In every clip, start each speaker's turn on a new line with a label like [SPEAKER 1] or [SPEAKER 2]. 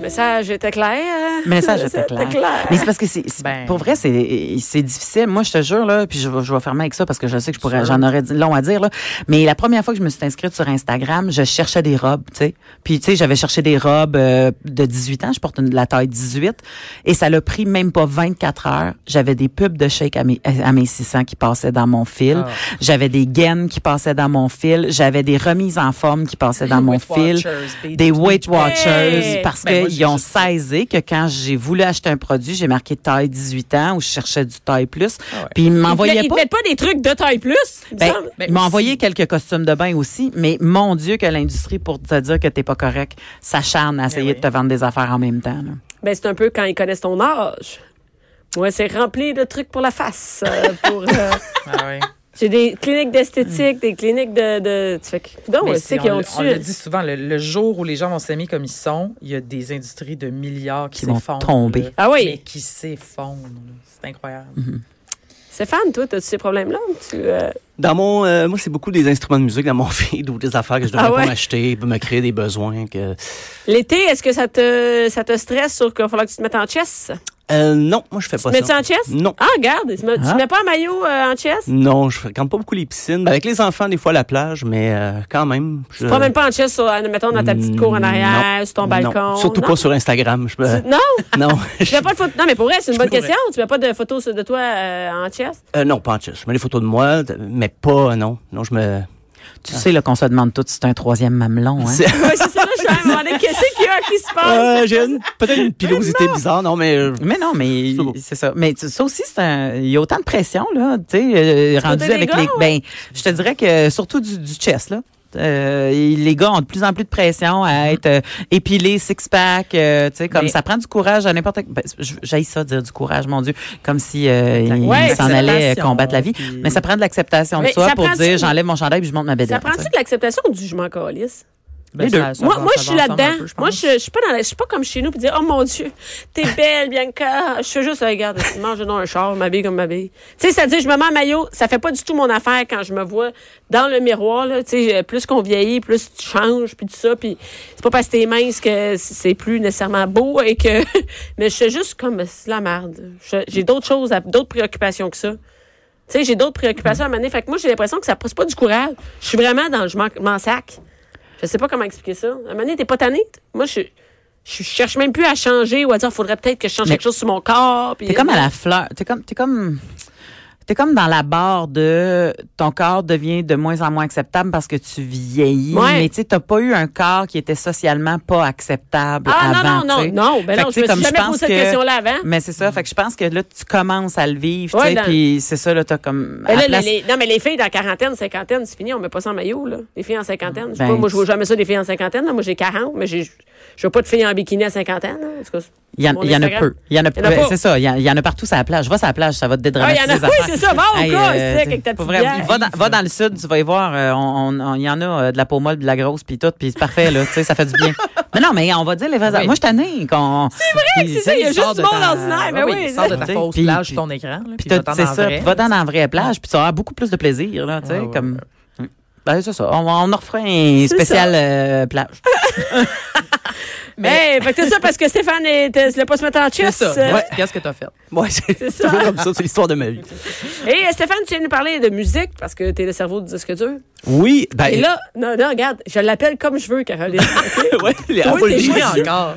[SPEAKER 1] Message était clair.
[SPEAKER 2] Message était clair. Mais c'est parce que c'est, c'est-
[SPEAKER 3] Ben.
[SPEAKER 2] pour vrai, c'est, c'est difficile. Moi, je te jure, là, puis je, vais- je vais fermer avec ça parce que je sais que je pourrais, j'en aurais dit- long à dire, là. Mais la première fois que je me suis inscrite sur Instagram, je cherchais des robes, tu sais. Puis, tu sais, j'avais cherché des robes euh, de 18 ans. Je porte une, de la taille 18. Et ça l'a pris même pas 24 heures. J'avais des pubs de shake à mes, à mes 600 qui passaient dans mon fil. J'avais des gaines qui passaient dans mon fil. J'avais des remises en forme qui passaient dans mon
[SPEAKER 3] Weight
[SPEAKER 2] fil.
[SPEAKER 3] Watchers, B2B.
[SPEAKER 2] Des Weight Watchers.
[SPEAKER 3] Hey!
[SPEAKER 2] Parce
[SPEAKER 3] Ben, moi,
[SPEAKER 2] qu'ils
[SPEAKER 3] j'ai
[SPEAKER 2] ont
[SPEAKER 3] juste-
[SPEAKER 2] saisi que quand j'ai voulu acheter un produit, j'ai marqué taille 18 ans ou je cherchais du taille plus.
[SPEAKER 3] Ah
[SPEAKER 2] Puis ils
[SPEAKER 1] Mais
[SPEAKER 2] m'envoyaient
[SPEAKER 1] ils te
[SPEAKER 2] pas.
[SPEAKER 1] mettent pas des trucs de taille plus. il me
[SPEAKER 2] Ben,
[SPEAKER 1] semble.
[SPEAKER 3] Mais
[SPEAKER 2] ils m'ont
[SPEAKER 3] aussi-
[SPEAKER 2] envoyé quelques costumes de bain aussi, mais mon Dieu que l'industrie, pour te dire que t'es pas correct, s'acharne à essayer
[SPEAKER 3] Eh oui.
[SPEAKER 2] de te vendre des affaires en même temps. là.
[SPEAKER 1] Ben, c'est un peu quand ils connaissent ton âge. Moi, c'est rempli de trucs pour la face. euh, pour, euh,
[SPEAKER 3] Ah ouais.
[SPEAKER 1] j'ai des cliniques d'esthétique, des cliniques de. de tu fais que. Non,
[SPEAKER 3] Mais
[SPEAKER 1] on
[SPEAKER 3] Ben, c'est-
[SPEAKER 1] sait qu'ils
[SPEAKER 3] on
[SPEAKER 1] ont
[SPEAKER 3] le- on le
[SPEAKER 1] dessus.
[SPEAKER 3] dit souvent, le, le jour où les gens vont s'aimer comme ils sont, il y a des industries de milliards qui,
[SPEAKER 2] Qui vont
[SPEAKER 3] s'effondrent,
[SPEAKER 2] tomber.
[SPEAKER 3] là.
[SPEAKER 1] Ah oui.
[SPEAKER 3] Mais qui s'effondrent. là. C'est incroyable.
[SPEAKER 1] Stéphane, toi, as-tu ces problèmes-là? ou Tu, euh,
[SPEAKER 4] Dans mon, euh, moi, c'est beaucoup des instruments de musique dans mon feed ou des affaires que je devrais
[SPEAKER 1] Ah ouais?
[SPEAKER 4] pas m'acheter, me créer des besoins. Que...
[SPEAKER 1] L'été, est-ce que ça te, ça te stresse sur qu'il va falloir que tu te mettes en chess?
[SPEAKER 4] Euh, non, moi, je fais pas
[SPEAKER 1] Tu te mets
[SPEAKER 4] ça.
[SPEAKER 1] en chess?
[SPEAKER 4] Non. Hein?
[SPEAKER 1] Ah, regarde, tu, me- tu
[SPEAKER 2] Ah.
[SPEAKER 1] mets pas un maillot euh, en chess?
[SPEAKER 4] Non, je fréquente pas beaucoup les piscines. Ben, avec les enfants, des fois, à la plage, mais euh, quand même. Je... Mm,
[SPEAKER 1] Tu te même pas en chess, sur, euh, mettons, dans ta petite cour en arrière,
[SPEAKER 4] Non.
[SPEAKER 1] sur ton
[SPEAKER 4] Non.
[SPEAKER 1] balcon?
[SPEAKER 4] Surtout
[SPEAKER 1] non?
[SPEAKER 4] pas sur Instagram. Je... me-
[SPEAKER 1] Non,
[SPEAKER 4] non.
[SPEAKER 1] tu mets pas de photo. Non, mais pour vrai, c'est une bonne
[SPEAKER 4] pourrais.
[SPEAKER 1] question. Tu mets pas de photos de toi euh, en chess?
[SPEAKER 4] Euh, non, pas en chess. Je mets des photos de moi, de- mais pas, euh, non. Non, je me.
[SPEAKER 3] Ah.
[SPEAKER 2] Tu sais là, qu'on se demande tout si c'est un troisième mamelon. Hein?
[SPEAKER 4] C'est-
[SPEAKER 1] Oui, c'est ça, là, je suis demandé qu'est-ce qu'il y a qui se passe?
[SPEAKER 4] Euh, J'ai une- peut-être une pilosité bizarre, non, mais. euh,
[SPEAKER 2] Mais non, mais
[SPEAKER 4] C'est beau.
[SPEAKER 2] c'est ça. Mais tu- ça aussi, c'est un- il y a autant de pression là, tu sais, euh, rendu
[SPEAKER 1] des
[SPEAKER 2] avec
[SPEAKER 1] gars,
[SPEAKER 2] les. Ben, je te dirais que surtout du, du chess là. Euh, et les gars ont de plus en plus de pression à être euh, épilés, six-pack, euh, tu sais, comme
[SPEAKER 3] Mm-hmm. Mais-
[SPEAKER 2] ça prend du courage à n'importe. Ben, je- J'haïs ça dire du courage, mon Dieu, comme si euh, ils
[SPEAKER 1] Ouais,
[SPEAKER 2] s'en allaient euh,
[SPEAKER 3] l'acceptation,
[SPEAKER 2] combattre la vie.
[SPEAKER 3] puis-
[SPEAKER 2] Mais ça prend de l'acceptation de
[SPEAKER 1] Mais
[SPEAKER 2] soi
[SPEAKER 1] ça
[SPEAKER 2] pour
[SPEAKER 1] prend-tu-
[SPEAKER 2] dire j'enlève mon chandail puis je monte ma bédaine.
[SPEAKER 1] Ça prend-tu
[SPEAKER 2] tu sais.
[SPEAKER 1] de l'acceptation ou du jugement calisse?
[SPEAKER 2] Les deux.
[SPEAKER 3] ça- ça
[SPEAKER 1] Moi,
[SPEAKER 3] va-
[SPEAKER 1] moi
[SPEAKER 3] ça
[SPEAKER 1] je
[SPEAKER 3] va
[SPEAKER 1] suis
[SPEAKER 3] ensemble un
[SPEAKER 1] là-dedans.
[SPEAKER 3] peu, je
[SPEAKER 1] moi,
[SPEAKER 3] pense.
[SPEAKER 1] je, je suis pas dans la- je suis pas comme chez nous puis dire, oh mon Dieu, t'es belle, Bianca. Je suis juste, regarde, mange dans un char, je m'habille comme je m'habille. Tu sais, ça dit, je me mets en maillot. Ça fait pas du tout mon affaire quand je me vois dans le miroir, là. Tu sais, plus qu'on vieillit, plus tu changes, puis tout ça. Puis c'est pas parce que t'es mince que c'est plus nécessairement beau et que. Mais je suis juste comme, c'est la merde. Je- J'ai d'autres choses, à- d'autres préoccupations que ça. Tu sais, j'ai d'autres préoccupations à mener. Fait que moi, j'ai l'impression que ça pousse pas du courage. Je suis vraiment dans le je m'en- m'en sac. Je sais pas comment expliquer ça. À un moment donné, t'es pas tanné. t- Moi, je, je cherche même plus à changer ou à dire, faudrait peut-être que je change
[SPEAKER 2] Mais
[SPEAKER 1] quelque chose sur mon corps. puis-
[SPEAKER 2] T'es comme à la fleur. T'es comme, t'es comme, t'es comme dans la barre de ton corps devient de moins en moins acceptable parce que tu vieillis.
[SPEAKER 1] Ouais.
[SPEAKER 2] Mais tu sais, t'as pas eu un corps qui était socialement pas acceptable
[SPEAKER 1] Ah,
[SPEAKER 2] avant.
[SPEAKER 1] non, non,
[SPEAKER 2] tu sais.
[SPEAKER 1] non, non. Ben
[SPEAKER 2] Fait
[SPEAKER 1] non,
[SPEAKER 2] que,
[SPEAKER 1] je
[SPEAKER 2] tu
[SPEAKER 1] me
[SPEAKER 2] sais,
[SPEAKER 1] suis
[SPEAKER 2] comme je
[SPEAKER 1] jamais
[SPEAKER 2] pense
[SPEAKER 1] posé cette
[SPEAKER 2] que-
[SPEAKER 1] question-là avant.
[SPEAKER 2] Mais c'est ça. Fait que je pense que là, tu commences à le vivre. tu
[SPEAKER 1] Ouais,
[SPEAKER 2] sais,
[SPEAKER 1] dans-
[SPEAKER 2] Puis c'est ça, là, t'as comme.
[SPEAKER 1] Ben
[SPEAKER 2] à
[SPEAKER 1] là,
[SPEAKER 2] place-
[SPEAKER 1] les, les- non, mais les filles dans la quarantaine, cinquantaine, c'est fini, on met pas ça en maillot, là. Les filles en cinquantaine. je sais
[SPEAKER 2] Ben,
[SPEAKER 1] pas, moi, je vois
[SPEAKER 2] tu-
[SPEAKER 1] jamais ça des filles en cinquantaine. là. Moi, j'ai 40, mais j'ai, je vois pas de filles en bikini à cinquantaine. là. En tout cas, c'est-
[SPEAKER 2] Il y, en,
[SPEAKER 1] mon
[SPEAKER 2] il y en a
[SPEAKER 1] Instagram.
[SPEAKER 2] peu. Il y en a peu.
[SPEAKER 1] Il y en a pas.
[SPEAKER 2] C'est ça. Il y, en- il y en a partout sur la plage. Va sur la plage, ça va
[SPEAKER 1] Ah,
[SPEAKER 2] te
[SPEAKER 1] il
[SPEAKER 2] dédramatiser.
[SPEAKER 1] y en a,
[SPEAKER 2] les
[SPEAKER 1] oui,
[SPEAKER 2] affaires.
[SPEAKER 1] c'est ça. Va au
[SPEAKER 2] Hey,
[SPEAKER 1] gars,
[SPEAKER 2] euh,
[SPEAKER 1] c'est Oh, avec ta
[SPEAKER 2] pour
[SPEAKER 1] petite
[SPEAKER 2] vrai,
[SPEAKER 1] bière.
[SPEAKER 2] va, dans, va dans le sud, tu vas y voir. euh, on- on- on- Il y en a euh, de la peau molle, de la grosse, puis tout, puis c'est parfait, là. Tu sais, ça fait du bien. mais non, mais on va dire les vraies. affaires. Moi, je t'annais qu'on. C'est vrai
[SPEAKER 1] c'est ça, il y a juste du monde ordinaire, mais oui,
[SPEAKER 3] sors de ta
[SPEAKER 2] c'est-
[SPEAKER 3] fausse
[SPEAKER 2] Puis-
[SPEAKER 3] plage sur ton écran. là,
[SPEAKER 2] Puis
[SPEAKER 3] Puis
[SPEAKER 2] t'as-
[SPEAKER 3] t'entends
[SPEAKER 2] c'est
[SPEAKER 3] dans
[SPEAKER 2] ça.
[SPEAKER 3] vrai.
[SPEAKER 2] Puis va dans la vraie plage, puis tu auras beaucoup plus de plaisir, là. Tu sais,
[SPEAKER 3] Ouais, ouais,
[SPEAKER 2] comme. Ben, c'est ça. On, on en refera un spécial euh, plage.
[SPEAKER 1] Mais, fait que Eh, ben, c'est ça parce que Stéphane euh, ne voulait pas se mettre en
[SPEAKER 3] C'est
[SPEAKER 1] chess.
[SPEAKER 3] ça.
[SPEAKER 1] euh,
[SPEAKER 3] Moi, Qu'est-ce que t'as fait?
[SPEAKER 4] Ouais, c'est
[SPEAKER 1] ça.
[SPEAKER 4] toujours comme ça, c'est l'histoire de ma vie.
[SPEAKER 1] Et euh, Stéphane, tu viens de nous parler de musique parce que t'es le cerveau du disque dur.
[SPEAKER 4] Oui, ben.
[SPEAKER 1] Et là, non, non, regarde, je l'appelle comme je veux, Caroline.
[SPEAKER 4] ouais, les
[SPEAKER 1] Toi,
[SPEAKER 4] ah, pas
[SPEAKER 1] t'es
[SPEAKER 4] les
[SPEAKER 1] joué
[SPEAKER 4] yeux.
[SPEAKER 1] en-
[SPEAKER 3] encore.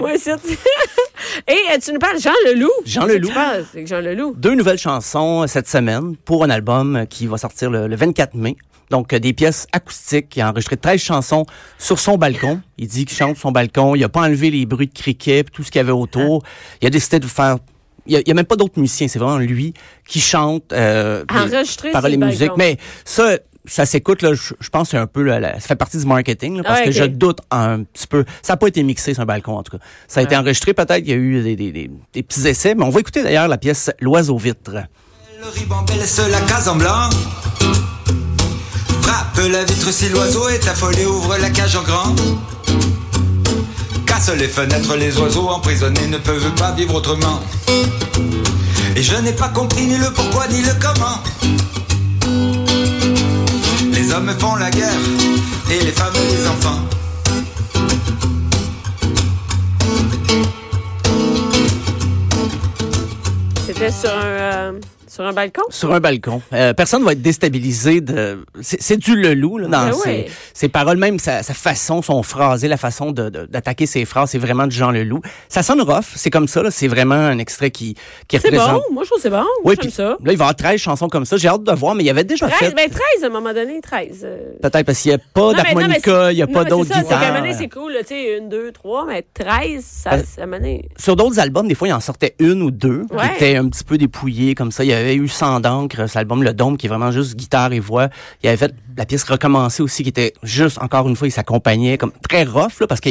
[SPEAKER 1] oui, c'est Et euh, tu nous parles Jean Leloup.
[SPEAKER 4] Jean
[SPEAKER 1] Qu'est-ce que
[SPEAKER 4] Leloup.
[SPEAKER 1] tu penses avec Jean Leloup.
[SPEAKER 4] Deux nouvelles chansons euh, cette semaine pour un album euh, qui va sortir le, le 24 mai. Donc, euh, des pièces acoustiques. Il a enregistré 13 chansons sur son balcon. Il dit qu'il chante sur son balcon. Il a pas enlevé les bruits de criquets, puis tout ce qu'il y avait autour. Il a décidé de faire... Il y a, il y a même pas d'autres musiciens. C'est vraiment lui qui chante. Euh, puis-
[SPEAKER 1] Ah, Enregistré sur
[SPEAKER 4] paroles et
[SPEAKER 1] le
[SPEAKER 4] musique.
[SPEAKER 1] balcon.
[SPEAKER 4] Mais ça, ça s'écoute, là, je, je pense que c'est un peu, là, la- ça fait partie du marketing, là, parce
[SPEAKER 1] Ah,
[SPEAKER 4] que
[SPEAKER 1] ok.
[SPEAKER 4] je doute un petit peu. Ça n'a pas été mixé sur un balcon, en tout cas. Ça a été enregistré, peut-être, il y a eu des, des- des- des petits essais, mais on va écouter d'ailleurs la pièce L'oiseau vitre.
[SPEAKER 5] Le ribambelle se la case en blanc. Frappe la vitre si l'oiseau est affolé, ouvre la cage en grand. Casse les fenêtres, les oiseaux emprisonnés ne peuvent pas vivre autrement. Et je n'ai pas compris ni le pourquoi ni le comment. Les hommes font la guerre et les femmes les enfants.
[SPEAKER 1] C'était sur un, euh, sur un balcon.
[SPEAKER 4] Sur un balcon. Euh, personne va être déstabilisé de. C'est c'est du Leloup, là, dans
[SPEAKER 1] Ben
[SPEAKER 4] ses,
[SPEAKER 1] oui.
[SPEAKER 4] ses paroles, même sa, sa façon, son phrasé, la façon de- de- d'attaquer ses phrases, c'est vraiment du Jean Leloup. Ça sonne rough, c'est comme ça, là, c'est vraiment un extrait qui, qui
[SPEAKER 1] C'est
[SPEAKER 4] représente.
[SPEAKER 1] bon. Moi, je trouve que c'est bon.
[SPEAKER 4] Oui,
[SPEAKER 1] J'aime
[SPEAKER 4] puis
[SPEAKER 1] ça.
[SPEAKER 4] Là, il va y avoir 13 chansons comme ça. J'ai hâte de voir, mais il y avait déjà
[SPEAKER 1] 13,
[SPEAKER 4] fait.
[SPEAKER 1] ben 13 à un moment donné, 13. euh.
[SPEAKER 4] Peut-être parce qu'il n'y a pas
[SPEAKER 1] Non, mais- non, mais
[SPEAKER 4] d'harmonica,
[SPEAKER 1] c'est-
[SPEAKER 4] il n'y a
[SPEAKER 1] non,
[SPEAKER 4] pas
[SPEAKER 1] mais c'est
[SPEAKER 4] d'autres
[SPEAKER 1] ça, c'est qu'à un moment
[SPEAKER 4] guitares.
[SPEAKER 1] donné, C'est cool, là, tu sais, une, deux, trois, mais 13, ça,
[SPEAKER 4] Ben-
[SPEAKER 1] ça m'a donné-
[SPEAKER 4] Sur d'autres albums, des fois, il en sortait une ou deux
[SPEAKER 1] Ouais.
[SPEAKER 4] qui étaient un petit peu dépouillées comme ça. Il y avait eu Sans d'encre, cet album Le Dôme, qui est vraiment juste guitare et voix. Il avait fait la pièce Recommencer aussi, qui était juste, encore une fois, il s'accompagnait comme très rough, là, parce que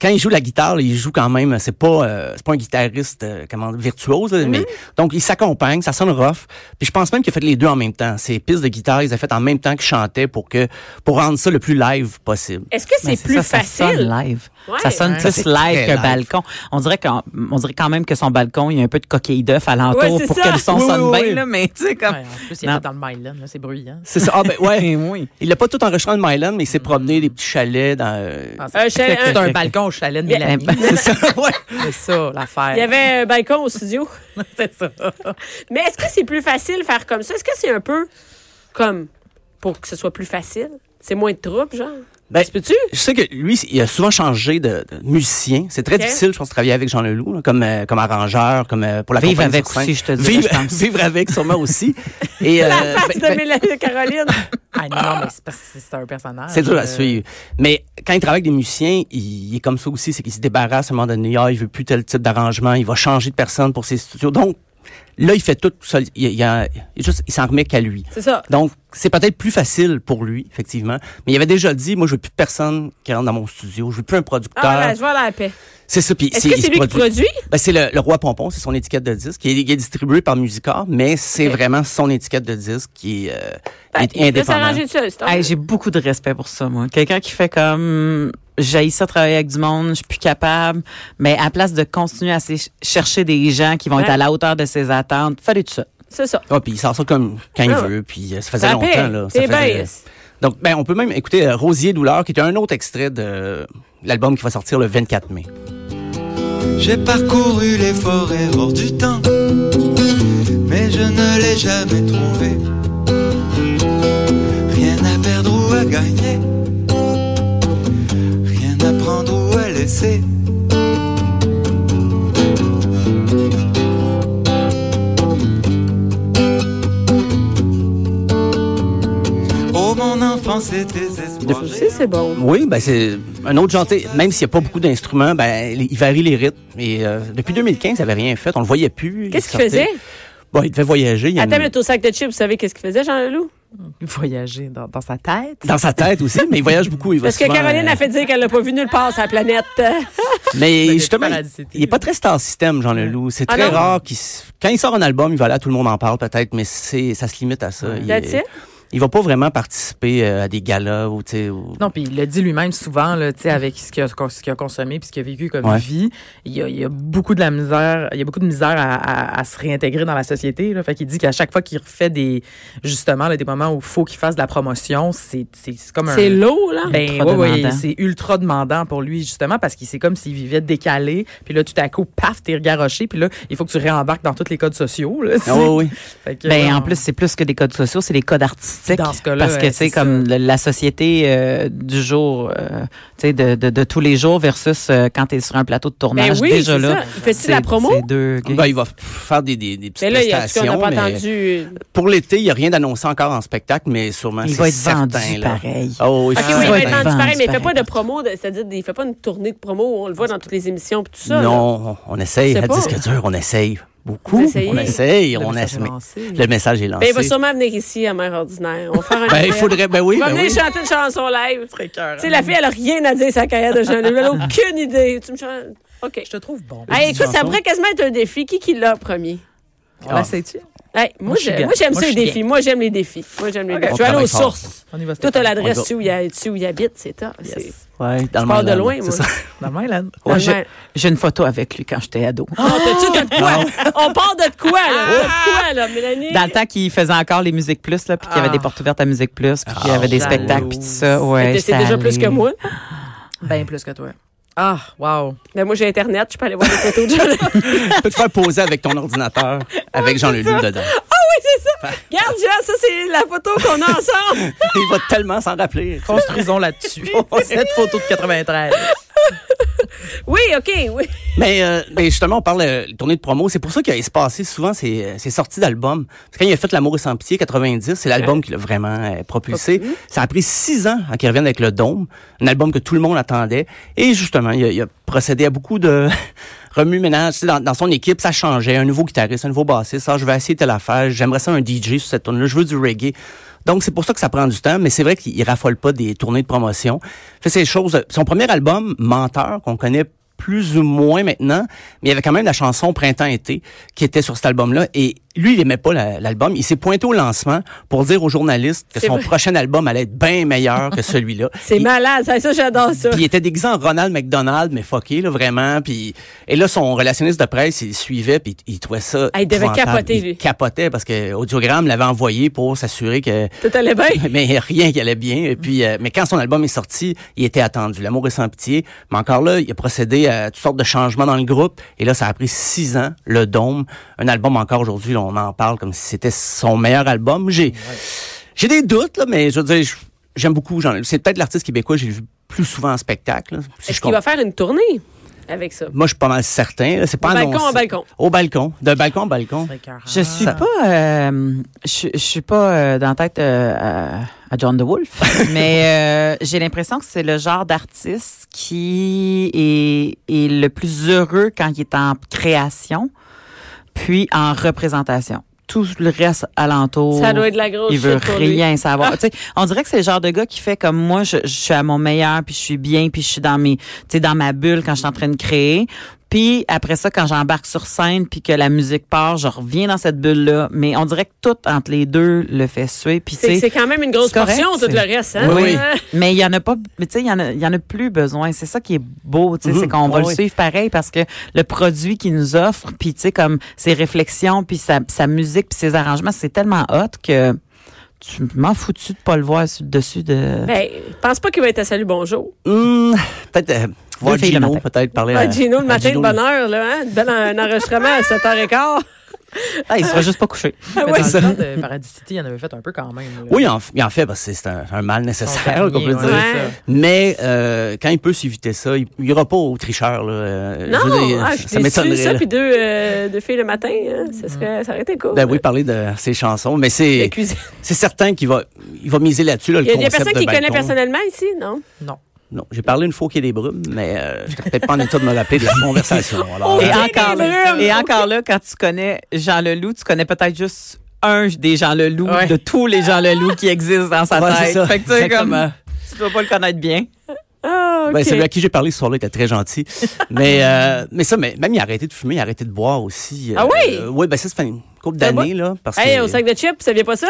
[SPEAKER 4] quand il joue la guitare, là, il joue quand même, c'est pas, euh, c'est pas un guitariste euh, comment virtuose, là, mais
[SPEAKER 1] Mm-hmm.
[SPEAKER 4] donc il s'accompagne, ça sonne rough. Puis je pense même qu'il a fait les deux en même temps. Ces pistes de guitare, il les a faites en même temps qu'il chantait pour que pour rendre ça le plus live possible.
[SPEAKER 1] Est-ce que
[SPEAKER 2] Mais
[SPEAKER 1] c'est plus
[SPEAKER 2] ça, Ça
[SPEAKER 1] facile?
[SPEAKER 2] sonne live.
[SPEAKER 1] Ouais.
[SPEAKER 2] Ça sonne
[SPEAKER 4] Ouais. Ça,
[SPEAKER 2] plus
[SPEAKER 4] c'est
[SPEAKER 2] live
[SPEAKER 4] très
[SPEAKER 2] qu'un
[SPEAKER 4] live.
[SPEAKER 2] balcon. On dirait, quand, on dirait quand même que son balcon, il y a un peu de coquille d'œuf alentour
[SPEAKER 1] Ouais, c'est
[SPEAKER 2] pour
[SPEAKER 1] ça.
[SPEAKER 2] que le son
[SPEAKER 4] Oui,
[SPEAKER 2] sonne
[SPEAKER 4] oui,
[SPEAKER 2] bien,
[SPEAKER 4] oui.
[SPEAKER 2] là, mais tu sais, comme.
[SPEAKER 3] Ouais, en plus, il
[SPEAKER 2] Non.
[SPEAKER 3] est dans le Myland, là, c'est bruyant.
[SPEAKER 4] C'est ça. Ah ben ouais.
[SPEAKER 2] Eh oui.
[SPEAKER 4] Il n'a pas tout enregistré en Myland, mais il
[SPEAKER 2] Mm.
[SPEAKER 4] s'est promené des petits chalets dans. euh,
[SPEAKER 3] Ah,
[SPEAKER 1] Un chalet-
[SPEAKER 3] C'est
[SPEAKER 1] un-
[SPEAKER 3] un balcon au chalet de
[SPEAKER 1] Mais-
[SPEAKER 2] Ben,
[SPEAKER 3] Mélanie.
[SPEAKER 4] C'est ça, ouais.
[SPEAKER 3] C'est ça, l'affaire.
[SPEAKER 1] Il y avait un balcon au studio.
[SPEAKER 3] C'est ça.
[SPEAKER 1] Mais est-ce que c'est plus facile faire comme ça? Est-ce que c'est un peu comme pour que ce soit plus facile? C'est moins de troubles, genre?
[SPEAKER 4] Ben,
[SPEAKER 1] Tu peux-tu?
[SPEAKER 4] Je sais que lui, il a souvent changé de, de musicien. C'est très
[SPEAKER 1] Ok.
[SPEAKER 4] difficile, je pense, de travailler avec Jean Leloup, là, comme, euh, comme arrangeur, comme euh, pour la
[SPEAKER 2] Vivre
[SPEAKER 4] compagnie
[SPEAKER 2] avec
[SPEAKER 4] sur scène.
[SPEAKER 2] aussi, je te dis,
[SPEAKER 4] Vivre,
[SPEAKER 2] je pense.
[SPEAKER 4] vivre avec, sûrement aussi. Et, euh,
[SPEAKER 1] La face
[SPEAKER 4] ben,
[SPEAKER 1] de
[SPEAKER 4] ben,
[SPEAKER 1] Mélanie Caroline.
[SPEAKER 3] Ah non, mais c'est parce que c'est un personnage.
[SPEAKER 4] c'est dur
[SPEAKER 2] Ah,
[SPEAKER 3] euh,
[SPEAKER 4] à suivre. Mais quand il travaille avec des musiciens, il, il est comme ça aussi, c'est qu'il se débarrasse à un moment donné. Ah, il veut plus tel type d'arrangement, il va changer de personne pour ses studios. Donc, là, il fait tout tout seul. Il, il, a- il juste, il s'en remet qu'à lui.
[SPEAKER 1] C'est ça.
[SPEAKER 4] Donc, c'est peut-être plus facile pour lui, effectivement. Mais il avait déjà dit, moi, je veux plus personne qui rentre dans mon studio. Je veux plus un producteur.
[SPEAKER 1] Ah, ouais, je vois la paix.
[SPEAKER 4] C'est ça. Puis
[SPEAKER 1] Est-ce que
[SPEAKER 4] il
[SPEAKER 1] c'est
[SPEAKER 4] se
[SPEAKER 1] lui qui produit?
[SPEAKER 4] Ben, c'est le, le Roi Pompon, c'est son étiquette de disque. qui est, il est distribué par Musica, mais c'est vraiment son étiquette de disque qui est, euh,
[SPEAKER 1] Ben,
[SPEAKER 4] est
[SPEAKER 1] Il peut
[SPEAKER 4] indépendante.
[SPEAKER 1] s'arranger de ça. c'est ton-
[SPEAKER 2] Hey, j'ai beaucoup de respect pour ça, moi. Quelqu'un qui fait comme j'ai ça travailler avec du monde, je suis plus capable, mais à place de continuer à se- chercher des gens qui vont être
[SPEAKER 1] Ouais.
[SPEAKER 2] à la hauteur de ses attentes, fallait tout ça.
[SPEAKER 1] C'est ça.
[SPEAKER 4] Ah, puis il sort ça comme quand
[SPEAKER 1] Ah.
[SPEAKER 4] il veut, puis euh, ça faisait
[SPEAKER 1] La paix.
[SPEAKER 4] longtemps. Là, ça
[SPEAKER 1] C'est
[SPEAKER 4] faisait-
[SPEAKER 1] bien.
[SPEAKER 4] Donc, ben, on peut même écouter euh, Rosier Douleur, qui est un autre extrait de euh, l'album qui va sortir le 24 mai.
[SPEAKER 5] J'ai parcouru les forêts hors du temps, mais je ne l'ai jamais trouvé. Rien à perdre ou à gagner, rien à prendre ou à laisser. Oh mon enfant, c'était
[SPEAKER 1] Je sais, c'est bon.
[SPEAKER 4] Oui, ben c'est un autre genre, tu sais, même s'il n'y a pas beaucoup d'instruments, ben il varie les rythmes. Et euh, depuis 2015, il n'avait rien fait, on le voyait plus. il
[SPEAKER 1] Qu'est-ce qu'il
[SPEAKER 4] sortait.
[SPEAKER 1] faisait?
[SPEAKER 4] Bon, il devait voyager. il y a
[SPEAKER 1] Attends,
[SPEAKER 4] une-
[SPEAKER 1] mais au sac de chips, vous savez qu'est-ce qu'il faisait, Jean-Leloup?
[SPEAKER 3] Voyager dans, dans sa tête.
[SPEAKER 4] dans sa tête aussi, mais il voyage beaucoup. Il va
[SPEAKER 1] Parce que
[SPEAKER 4] souvent,
[SPEAKER 1] Caroline
[SPEAKER 4] euh,
[SPEAKER 1] a fait dire qu'elle n'a pas vu nulle part sur la planète.
[SPEAKER 4] Mais
[SPEAKER 3] des
[SPEAKER 4] justement,
[SPEAKER 3] paradis, c'était-
[SPEAKER 4] il est pas très star system, Jean Leloup. C'est
[SPEAKER 1] Ah
[SPEAKER 4] très
[SPEAKER 1] non?
[SPEAKER 4] rare qu'il. s- Quand il sort un album, il va là, tout le monde en parle peut-être, mais c'est ça se limite à ça. Il,
[SPEAKER 1] That's it?
[SPEAKER 4] il va pas vraiment participer euh, à des galas ou tu sais. ou-
[SPEAKER 3] Non, puis il le dit lui-même souvent, là, tu sais, avec ce qu'il a, ce qu'il a consommé puis ce qu'il a vécu comme
[SPEAKER 4] Ouais.
[SPEAKER 3] vie. Il y a, il y a beaucoup de la misère, il y a beaucoup de misère à, à- à se réintégrer dans la société. Là. Fait qu'il dit qu'à chaque fois qu'il refait des, justement, là, des moments où il faut qu'il fasse de la promotion, c'est c'est- c'est comme un.
[SPEAKER 1] C'est lourd, là.
[SPEAKER 3] Ben,
[SPEAKER 2] Ultra
[SPEAKER 3] ouais, ouais,
[SPEAKER 2] demandant.
[SPEAKER 3] c'est ultra demandant pour lui, justement, parce qu'il c'est comme s'il vivait décalé. Puis là, tout à coup, paf, t'es regaroché. Puis là, il faut que tu réembarques dans tous les codes sociaux. Là,
[SPEAKER 4] Ah oui, oui.
[SPEAKER 3] Fait que,
[SPEAKER 2] Ben,
[SPEAKER 3] euh,
[SPEAKER 2] en plus, c'est plus que des codes sociaux, c'est des codes artistiques.
[SPEAKER 3] Dans ce cas-là,
[SPEAKER 2] Parce que,
[SPEAKER 3] ouais,
[SPEAKER 2] tu sais,
[SPEAKER 3] c'est
[SPEAKER 2] comme le- la société euh, du jour, euh, tu sais, de, de, de tous les jours versus euh, quand tu es sur un plateau de tournage,
[SPEAKER 1] Ben oui,
[SPEAKER 2] déjà
[SPEAKER 1] c'est
[SPEAKER 2] là.
[SPEAKER 1] ça. Il fait-tu de la
[SPEAKER 2] c'est-
[SPEAKER 1] promo?
[SPEAKER 2] c'est deux gays.
[SPEAKER 4] Ben, il va f- faire des, des, des petites
[SPEAKER 1] Mais là, il y a, on
[SPEAKER 4] prestations.
[SPEAKER 1] n'a pas
[SPEAKER 4] mais
[SPEAKER 1] entendu.
[SPEAKER 4] Pour l'été, il n'y a rien d'annoncé encore en spectacle, mais sûrement.
[SPEAKER 2] il
[SPEAKER 4] c'est
[SPEAKER 2] va être
[SPEAKER 4] certain,
[SPEAKER 2] vendu
[SPEAKER 4] là.
[SPEAKER 2] pareil.
[SPEAKER 4] Oh, oui,
[SPEAKER 1] OK,
[SPEAKER 4] c'est
[SPEAKER 1] oui, il va être
[SPEAKER 4] certain.
[SPEAKER 1] vendu pareil, mais il ne fait pas
[SPEAKER 2] pareil.
[SPEAKER 1] de promo, de- c'est-à-dire il ne fait pas une tournée de promo, on le voit dans toutes les émissions et tout ça. là.
[SPEAKER 4] Non, on on essaye.
[SPEAKER 1] Je sais
[SPEAKER 4] À
[SPEAKER 1] pas.
[SPEAKER 4] disque dur, on essaye. beaucoup.
[SPEAKER 1] Vous essayez.
[SPEAKER 4] On essaye,
[SPEAKER 3] Le
[SPEAKER 4] on
[SPEAKER 3] message est
[SPEAKER 4] essaie.
[SPEAKER 3] lancé.
[SPEAKER 4] Le message est lancé.
[SPEAKER 1] Ben, il va sûrement venir ici à Mère Ordinaire. On va faire un
[SPEAKER 4] Ben, il
[SPEAKER 1] appel.
[SPEAKER 4] faudrait, ben oui,
[SPEAKER 1] Il va
[SPEAKER 4] ben
[SPEAKER 1] venir
[SPEAKER 4] oui.
[SPEAKER 1] chanter une chanson live. Tu sais, la
[SPEAKER 4] hein.
[SPEAKER 1] fille, elle a rien à dire sa carrière de jeune. Elle a aucune idée. Tu me chantes. OK.
[SPEAKER 3] Je te trouve bon.
[SPEAKER 1] Hey, écoute, ça
[SPEAKER 4] chanson.
[SPEAKER 1] pourrait quasiment être un défi. Qui qui l'a premier?
[SPEAKER 3] On l'essaie-tu?
[SPEAKER 1] Hey, moi,
[SPEAKER 3] Moi, je suis
[SPEAKER 1] j'ai-
[SPEAKER 3] bien.
[SPEAKER 1] moi, j'aime
[SPEAKER 3] Moi,
[SPEAKER 1] ça,
[SPEAKER 3] je
[SPEAKER 1] les
[SPEAKER 3] suis bien.
[SPEAKER 1] défis. Moi, j'aime les défis. Moi, j'aime les défis.
[SPEAKER 4] On
[SPEAKER 1] Je vais aller
[SPEAKER 4] travaille
[SPEAKER 1] aux
[SPEAKER 4] fort.
[SPEAKER 1] sources.
[SPEAKER 3] On y va,
[SPEAKER 1] Toi,
[SPEAKER 3] Stéphane.
[SPEAKER 1] t'as
[SPEAKER 4] On y
[SPEAKER 1] l'adresse
[SPEAKER 4] va.
[SPEAKER 1] tu où il y a- tu où il habite, c'est top. C'est-
[SPEAKER 4] Ouais, dans
[SPEAKER 1] Je
[SPEAKER 4] le
[SPEAKER 1] pars de
[SPEAKER 4] Mainland,
[SPEAKER 1] loin,
[SPEAKER 4] c'est
[SPEAKER 1] moi.
[SPEAKER 4] ça.
[SPEAKER 3] Dans le Myland.
[SPEAKER 4] Ouais,
[SPEAKER 1] Demain.
[SPEAKER 2] J'ai une photo avec lui quand j'étais ado.
[SPEAKER 1] Oh, t'as-tu de quoi? On part de quoi, là? De quoi,
[SPEAKER 4] Ah!
[SPEAKER 1] là, Mélanie?
[SPEAKER 2] Dans le temps qu'il faisait encore les musiques plus, là, puis qu'il y avait des portes ouvertes à musique plus, puis qu'il y avait des
[SPEAKER 3] jalouse.
[SPEAKER 2] spectacles, puis tout ça.
[SPEAKER 1] Fait
[SPEAKER 2] Ouais,
[SPEAKER 1] que C'est
[SPEAKER 2] j'étais
[SPEAKER 1] déjà plus
[SPEAKER 2] allée.
[SPEAKER 1] que moi.
[SPEAKER 3] Ben plus que toi. Ah, wow.
[SPEAKER 1] Ben, moi, j'ai Internet. Je peux aller voir les photos de Jonathan.
[SPEAKER 4] Tu peux te faire poser avec ton ordinateur, avec Jean Leloup dedans.
[SPEAKER 1] Ah oui, c'est ça! Regarde, Jean, ça, c'est la photo qu'on a ensemble.
[SPEAKER 4] Il va tellement s'en rappeler.
[SPEAKER 3] Construisons là-dessus. Cette photo de 93.
[SPEAKER 1] Oui, OK, oui.
[SPEAKER 4] Mais, euh, mais justement, on parle euh, de tournée de promo. C'est pour ça qu'il a espacé souvent ses, euh, ses sorties d'albums. Parce que Quand il a fait L'amour et sans pitié, 90, c'est l'album qui l'a vraiment euh, propulsé. Ça a pris six ans à qu'il revienne avec Le Dôme, un album que tout le monde attendait. Et justement, il a, il a procédé à beaucoup de remue-ménage. Tu sais, Dans, dans son équipe, ça changeait. Un nouveau guitariste, un nouveau bassiste. Ah, je vais essayer telle affaire. J'aimerais ça un DJ sur cette tournée-là. Je veux du reggae. Donc, c'est pour ça que ça prend du temps, mais c'est vrai qu'il il raffole pas des tournées de promotion. Fait ces choses. Son premier album, Menteur, qu'on connaît plus ou moins maintenant, mais il y avait quand même la chanson Printemps-été qui était sur cet album-là. Et lui, il aimait pas la- l'album. il s'est pointé au lancement pour dire aux journalistes que
[SPEAKER 1] C'est
[SPEAKER 4] son
[SPEAKER 1] vrai.
[SPEAKER 4] prochain album allait être bien meilleur que celui-là.
[SPEAKER 1] C'est
[SPEAKER 4] Il-
[SPEAKER 1] malade. Ça, ça, j'adore ça.
[SPEAKER 4] puis il était déguisé en Ronald McDonald, mais fucké, là, vraiment. Puis, et là, son relationniste de presse, il suivait, puis il trouvait ça.
[SPEAKER 1] Ah, il devait
[SPEAKER 4] épouvantable.
[SPEAKER 1] capoter,
[SPEAKER 4] Il
[SPEAKER 1] lui.
[SPEAKER 4] capotait parce que Audiogramme l'avait envoyé pour s'assurer que.
[SPEAKER 1] Tout allait bien.
[SPEAKER 4] Mais rien qui allait bien. Et puis, euh, mais quand son album est sorti, il était attendu. L'amour est sans pitié. Mais encore là, il a procédé à toutes sortes de changements dans le groupe. Et là, ça a pris six ans. Le Dôme, un album encore aujourd'hui, là, on en parle comme si c'était son meilleur album. J'ai, j'ai des doutes, là, mais je veux dire, je- j'aime beaucoup. Jean- C'est peut-être l'artiste québécois que j'ai vu plus souvent en spectacle. là, si
[SPEAKER 1] Est-ce
[SPEAKER 4] je
[SPEAKER 1] qu'il va faire une tournée avec ça?
[SPEAKER 4] Moi, je suis pas mal certain. là, C'est pas
[SPEAKER 1] Au balcon,
[SPEAKER 4] annoncé.
[SPEAKER 1] au balcon.
[SPEAKER 4] Au balcon. De balcon en balcon.
[SPEAKER 1] hein.
[SPEAKER 2] Je
[SPEAKER 1] Ah.
[SPEAKER 2] suis pas, euh, je, je suis pas euh, dans la tête euh, à, à John DeWolf, mais euh, j'ai l'impression que c'est le genre d'artiste qui est, est le plus heureux quand il est en création, puis en représentation. Tout le reste alentour.
[SPEAKER 1] Ça doit être de la grosse
[SPEAKER 2] Oh, Il veut
[SPEAKER 1] shit pour lui.
[SPEAKER 2] rien savoir. Tu sais, on dirait que c'est le genre de gars qui fait comme moi, je, je suis à mon meilleur, puis je suis bien, puis je suis dans mes, tu sais, dans ma bulle quand je suis en train de créer. Puis après ça, quand j'embarque sur scène, puis que la musique part, je reviens dans cette bulle là. Mais on dirait que tout entre les deux le fait suer. Puis tu
[SPEAKER 1] C'est
[SPEAKER 2] sais,
[SPEAKER 1] c'est quand même une grosse
[SPEAKER 2] c'est correct,
[SPEAKER 1] portion, tout
[SPEAKER 2] c'est-
[SPEAKER 1] le reste. Hein?
[SPEAKER 4] Oui, oui.
[SPEAKER 1] Euh,
[SPEAKER 2] mais il y en a pas, mais tu sais, il y en a, il y en a plus besoin. C'est ça qui est beau, tu sais,
[SPEAKER 4] Mhm.
[SPEAKER 2] c'est qu'on va
[SPEAKER 4] Ah
[SPEAKER 2] le
[SPEAKER 4] oui.
[SPEAKER 2] suivre pareil parce que le produit qu'il nous offre, puis tu sais comme ses réflexions, puis sa, sa musique, puis ses arrangements, c'est tellement hot que tu m'en foutu de pas le voir sur le dessus de.
[SPEAKER 1] Ben, je pense pas qu'il va être à Salut Bonjour.
[SPEAKER 4] Hum, peut-être euh, voir
[SPEAKER 2] filles le
[SPEAKER 4] Gino,
[SPEAKER 2] matin.
[SPEAKER 4] peut-être parler
[SPEAKER 1] Ah,
[SPEAKER 4] à
[SPEAKER 1] Gino, le
[SPEAKER 4] à
[SPEAKER 1] matin de
[SPEAKER 4] Gino.
[SPEAKER 1] bonne heure, là, hein? Bel en- un enregistrement à 7h15.
[SPEAKER 2] Ah, il sera juste pas couché.
[SPEAKER 3] Mais
[SPEAKER 1] Ouais,
[SPEAKER 3] dans
[SPEAKER 4] ça.
[SPEAKER 3] le temps de Paradis City, il y en avait fait un peu quand même. là.
[SPEAKER 4] Oui, il en, il en fait parce que c'est un, un mal
[SPEAKER 3] Son
[SPEAKER 4] nécessaire, qu'on
[SPEAKER 3] dernier,
[SPEAKER 4] peut
[SPEAKER 3] ouais,
[SPEAKER 4] dire.
[SPEAKER 3] c'est ça.
[SPEAKER 4] Mais euh, quand il peut s'éviter ça, il n'ira pas au tricheur. Là. Euh,
[SPEAKER 1] Non,
[SPEAKER 4] je veux dire,
[SPEAKER 1] ah, je suis
[SPEAKER 4] ça
[SPEAKER 1] déçue,
[SPEAKER 4] m'étonnerait.
[SPEAKER 1] ça,
[SPEAKER 4] là. Ah.
[SPEAKER 1] puis deux, euh, deux filles le matin, hein, ça, serait, ça aurait été cool.
[SPEAKER 4] Ben oui, parler de ses chansons, mais
[SPEAKER 1] La
[SPEAKER 4] c'est
[SPEAKER 1] cuisine.
[SPEAKER 4] c'est certain qu'il va il va miser là-dessus là, le
[SPEAKER 1] Il y a des
[SPEAKER 4] concept
[SPEAKER 1] personnes
[SPEAKER 4] de
[SPEAKER 1] qui
[SPEAKER 4] balcon.
[SPEAKER 1] connaissent personnellement ici, non?
[SPEAKER 3] Non.
[SPEAKER 4] Non, j'ai parlé une fois qu'il y a des brumes, mais euh, j'étais peut-être pas en état de me rappeler de la conversation.
[SPEAKER 1] Oh,
[SPEAKER 4] Alors,
[SPEAKER 2] Et
[SPEAKER 1] ah,
[SPEAKER 4] euh,
[SPEAKER 2] encore,
[SPEAKER 1] brumes.
[SPEAKER 2] et encore là, quand tu connais Jean Leloup, tu connais peut-être juste un des Jean Leloup,
[SPEAKER 3] Ouais.
[SPEAKER 2] de tous les Jean Leloup qui existent dans sa
[SPEAKER 4] Ouais, c'est
[SPEAKER 2] tête.
[SPEAKER 4] ça,
[SPEAKER 2] Fait que tu sais,
[SPEAKER 4] exactement.
[SPEAKER 2] comme, tu peux pas le connaître bien.
[SPEAKER 1] Ah, OK.
[SPEAKER 4] ben, celui à qui j'ai parlé ce soir-là était très gentil. mais, euh, mais ça, mais, même il a arrêté de fumer, il a arrêté de boire aussi.
[SPEAKER 1] Ah oui?
[SPEAKER 4] oui, ben ça, ça fait une couple
[SPEAKER 1] Ça
[SPEAKER 4] d'années, là. Parce
[SPEAKER 1] Hey,
[SPEAKER 4] que
[SPEAKER 1] au sac de chips, ça vient pas ça?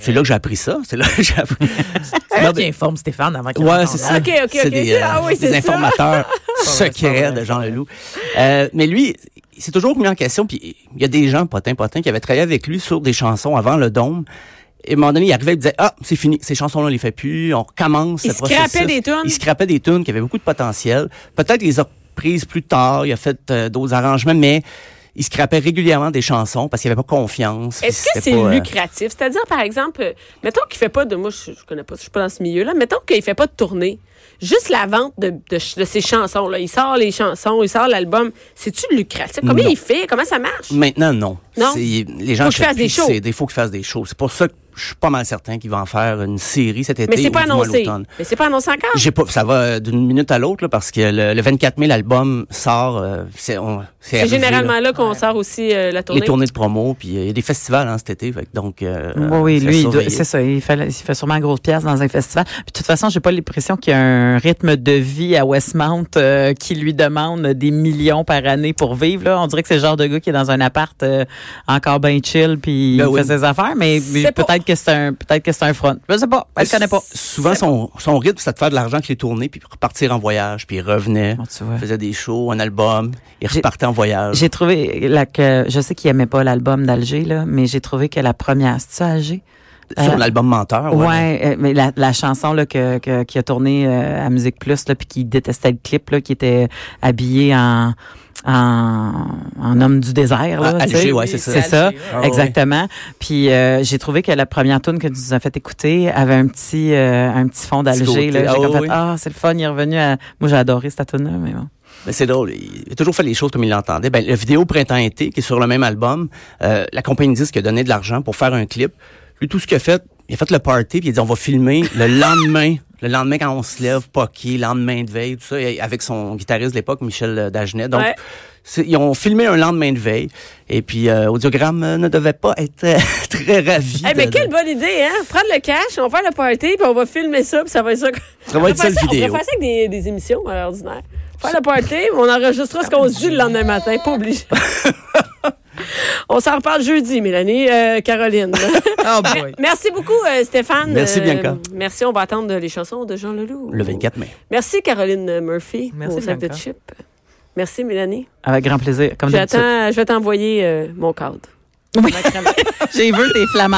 [SPEAKER 4] c'est là que j'ai appris ça. C'est là que j'ai appris.
[SPEAKER 3] C'est
[SPEAKER 4] Non,
[SPEAKER 3] bien
[SPEAKER 4] mais-
[SPEAKER 3] informe Stéphane avant qu'il
[SPEAKER 4] Ouais,
[SPEAKER 3] rentre
[SPEAKER 4] c'est
[SPEAKER 3] en
[SPEAKER 4] ça.
[SPEAKER 1] Ok, ok,
[SPEAKER 4] C'est
[SPEAKER 1] ok.
[SPEAKER 4] des, euh,
[SPEAKER 1] Ah oui,
[SPEAKER 4] des
[SPEAKER 1] c'est ça.
[SPEAKER 4] informateurs
[SPEAKER 3] vrai, c'est pas
[SPEAKER 4] secrets
[SPEAKER 3] vrai,
[SPEAKER 4] de
[SPEAKER 3] c'est
[SPEAKER 4] Jean
[SPEAKER 3] pas vrai.
[SPEAKER 4] Leloup. Euh, mais lui, il s'est toujours mis en question. Puis il y a des gens, potin, potin, qui avaient travaillé avec lui sur des chansons avant le Dôme. Et à un moment donné, il arrivait et disait Ah, c'est fini, ces chansons-là, on les fait plus, on recommence
[SPEAKER 1] Il
[SPEAKER 4] ce
[SPEAKER 1] scrapait
[SPEAKER 4] processus.
[SPEAKER 1] des tunes.
[SPEAKER 4] Il scrapait des tunes qui avaient beaucoup de potentiel. Peut-être il les a reprises plus tard, il a fait euh, d'autres arrangements, mais il scrapait régulièrement des chansons parce qu'il avait pas confiance. puis
[SPEAKER 1] Est-ce que c'est
[SPEAKER 4] c'était pas, euh,
[SPEAKER 1] lucratif? C'est-à-dire, par exemple, euh, mettons qu'il fait pas de. Moi, je, je connais pas, je suis pas dans ce milieu-là. Mettons qu'il fait pas de tournée. Juste la vente de, de ch- de ses chansons. Là. Il sort les chansons, il sort l'album. C'est-tu lucratif? Combien
[SPEAKER 4] Non.
[SPEAKER 1] il fait? Comment ça marche?
[SPEAKER 4] Maintenant, non.
[SPEAKER 1] Non?
[SPEAKER 4] C'est- Les gens
[SPEAKER 1] Faut qu'il
[SPEAKER 4] achètent
[SPEAKER 1] fasse des
[SPEAKER 4] plus
[SPEAKER 1] shows.
[SPEAKER 4] ces- des- faut qu'ils fassent des shows. C'est pour ça que je suis pas mal certain qu'il va en faire une série cet été
[SPEAKER 1] Mais c'est pas
[SPEAKER 4] ou du moins
[SPEAKER 1] annoncé.
[SPEAKER 4] l'automne.
[SPEAKER 1] Mais c'est pas annoncé encore.
[SPEAKER 4] J'ai pas, ça va euh, d'une minute à l'autre là, parce que le, le 24 mai l'album sort. euh, c'est on- c'est
[SPEAKER 1] C'est
[SPEAKER 4] arrivé,
[SPEAKER 1] généralement
[SPEAKER 4] là.
[SPEAKER 1] là qu'on sort aussi euh, la tournée.
[SPEAKER 4] les tournées de promo, puis euh, il y a des festivals hein, cet été, fait que donc. euh,
[SPEAKER 3] oui, oui,
[SPEAKER 4] c'est
[SPEAKER 3] lui, il doit-
[SPEAKER 4] surveillé.
[SPEAKER 3] c'est ça. Il fait, il fait sûrement grosse pièce dans un festival. Puis de toute façon, j'ai pas l'impression qu'il y a un rythme de vie à Westmount euh, qui lui demande des millions par année pour vivre. Là. On dirait que c'est le genre de gars qui est dans un appart euh, encore bien chill, puis
[SPEAKER 4] Ben
[SPEAKER 3] il
[SPEAKER 4] oui.
[SPEAKER 3] fait ses affaires. Mais, mais
[SPEAKER 1] C'est pas-
[SPEAKER 3] peut-être que c'est un, peut-être que c'est un front. Je sais pas. Elle le connaît pas.
[SPEAKER 4] Euh, Souvent, son, son rythme, c'est de faire de l'argent avec les tournées, puis repartir en voyage, puis il revenait,
[SPEAKER 3] Bon, tu vois.
[SPEAKER 4] faisait des shows, un album, il
[SPEAKER 3] J'ai-
[SPEAKER 4] repartait en voyage.
[SPEAKER 3] J'ai trouvé la, que je sais qu'il aimait pas l'album d'Alger là, mais j'ai trouvé que la première, c'est ça Alger.
[SPEAKER 4] Sur
[SPEAKER 3] Euh,
[SPEAKER 4] l'album Menteur, ouais.
[SPEAKER 3] Ouais, euh, mais la, la chanson là que, que- qui a tourné euh, à Musique Plus là puis qui détestait le clip là qui était habillé en en, en homme du désert là,
[SPEAKER 4] Ah,
[SPEAKER 3] tu sais.
[SPEAKER 4] Alger, ouais, c'est ça.
[SPEAKER 3] C'est ça,
[SPEAKER 6] Alger, ouais.
[SPEAKER 4] Ah,
[SPEAKER 3] exactement. Puis euh, j'ai trouvé que la première tune que tu nous as fait écouter avait un petit euh, un petit fond
[SPEAKER 4] Petit
[SPEAKER 3] d'Alger là, j'ai
[SPEAKER 4] côté. Ah,
[SPEAKER 3] comme
[SPEAKER 4] oui,
[SPEAKER 3] fait,
[SPEAKER 4] oui.
[SPEAKER 3] ah, c'est le fun, il est revenu à moi j'ai adoré cette tune là mais bon.
[SPEAKER 4] Mais Ben, c'est drôle, il il a toujours fait les choses comme il l'entendait. Ben, la vidéo Printemps-été, qui est sur le même album, euh, la compagnie disque a donné de l'argent pour faire un clip. Lui, tout ce qu'il a fait, il a fait le party, puis il a dit, on va filmer le lendemain, le lendemain quand on se lève, Pocky, le lendemain de veille, tout ça, et avec son guitariste de l'époque, Michel euh, Dagenet. Donc,
[SPEAKER 1] Ouais.
[SPEAKER 4] c'est- ils ont filmé un lendemain de veille, et puis euh, Audiogramme euh, ne devait pas être euh, très ravi.
[SPEAKER 1] Eh
[SPEAKER 4] de-
[SPEAKER 1] mais
[SPEAKER 4] de-
[SPEAKER 1] quelle bonne idée, hein? Prendre le cash, on va faire le party, puis on va filmer ça, puis ça va être ça.
[SPEAKER 4] Ça va être ça,
[SPEAKER 1] On pourrait
[SPEAKER 4] le
[SPEAKER 1] faire On
[SPEAKER 4] vidéo.
[SPEAKER 1] pourrait faire ça avec des, des émissions à l'ordinaire. Faire le party, on enregistrera ce qu'on se dit le lendemain matin, pas obligé. on s'en reparle jeudi, Mélanie, euh, Caroline.
[SPEAKER 6] Oh boy.
[SPEAKER 1] merci beaucoup, euh, Stéphane.
[SPEAKER 4] Merci, Bianca.
[SPEAKER 1] Merci, on va attendre les chansons de Jean Leloup.
[SPEAKER 4] Le 24 mai.
[SPEAKER 1] Merci, Caroline Murphy,
[SPEAKER 6] Merci,
[SPEAKER 1] au sac de
[SPEAKER 6] Bianca.
[SPEAKER 1] chip. Merci, Mélanie.
[SPEAKER 3] Avec grand plaisir comme d'habitude.
[SPEAKER 1] J'attends, je vais t'envoyer euh, mon cadre.
[SPEAKER 3] Oui. j'ai vu tes flamants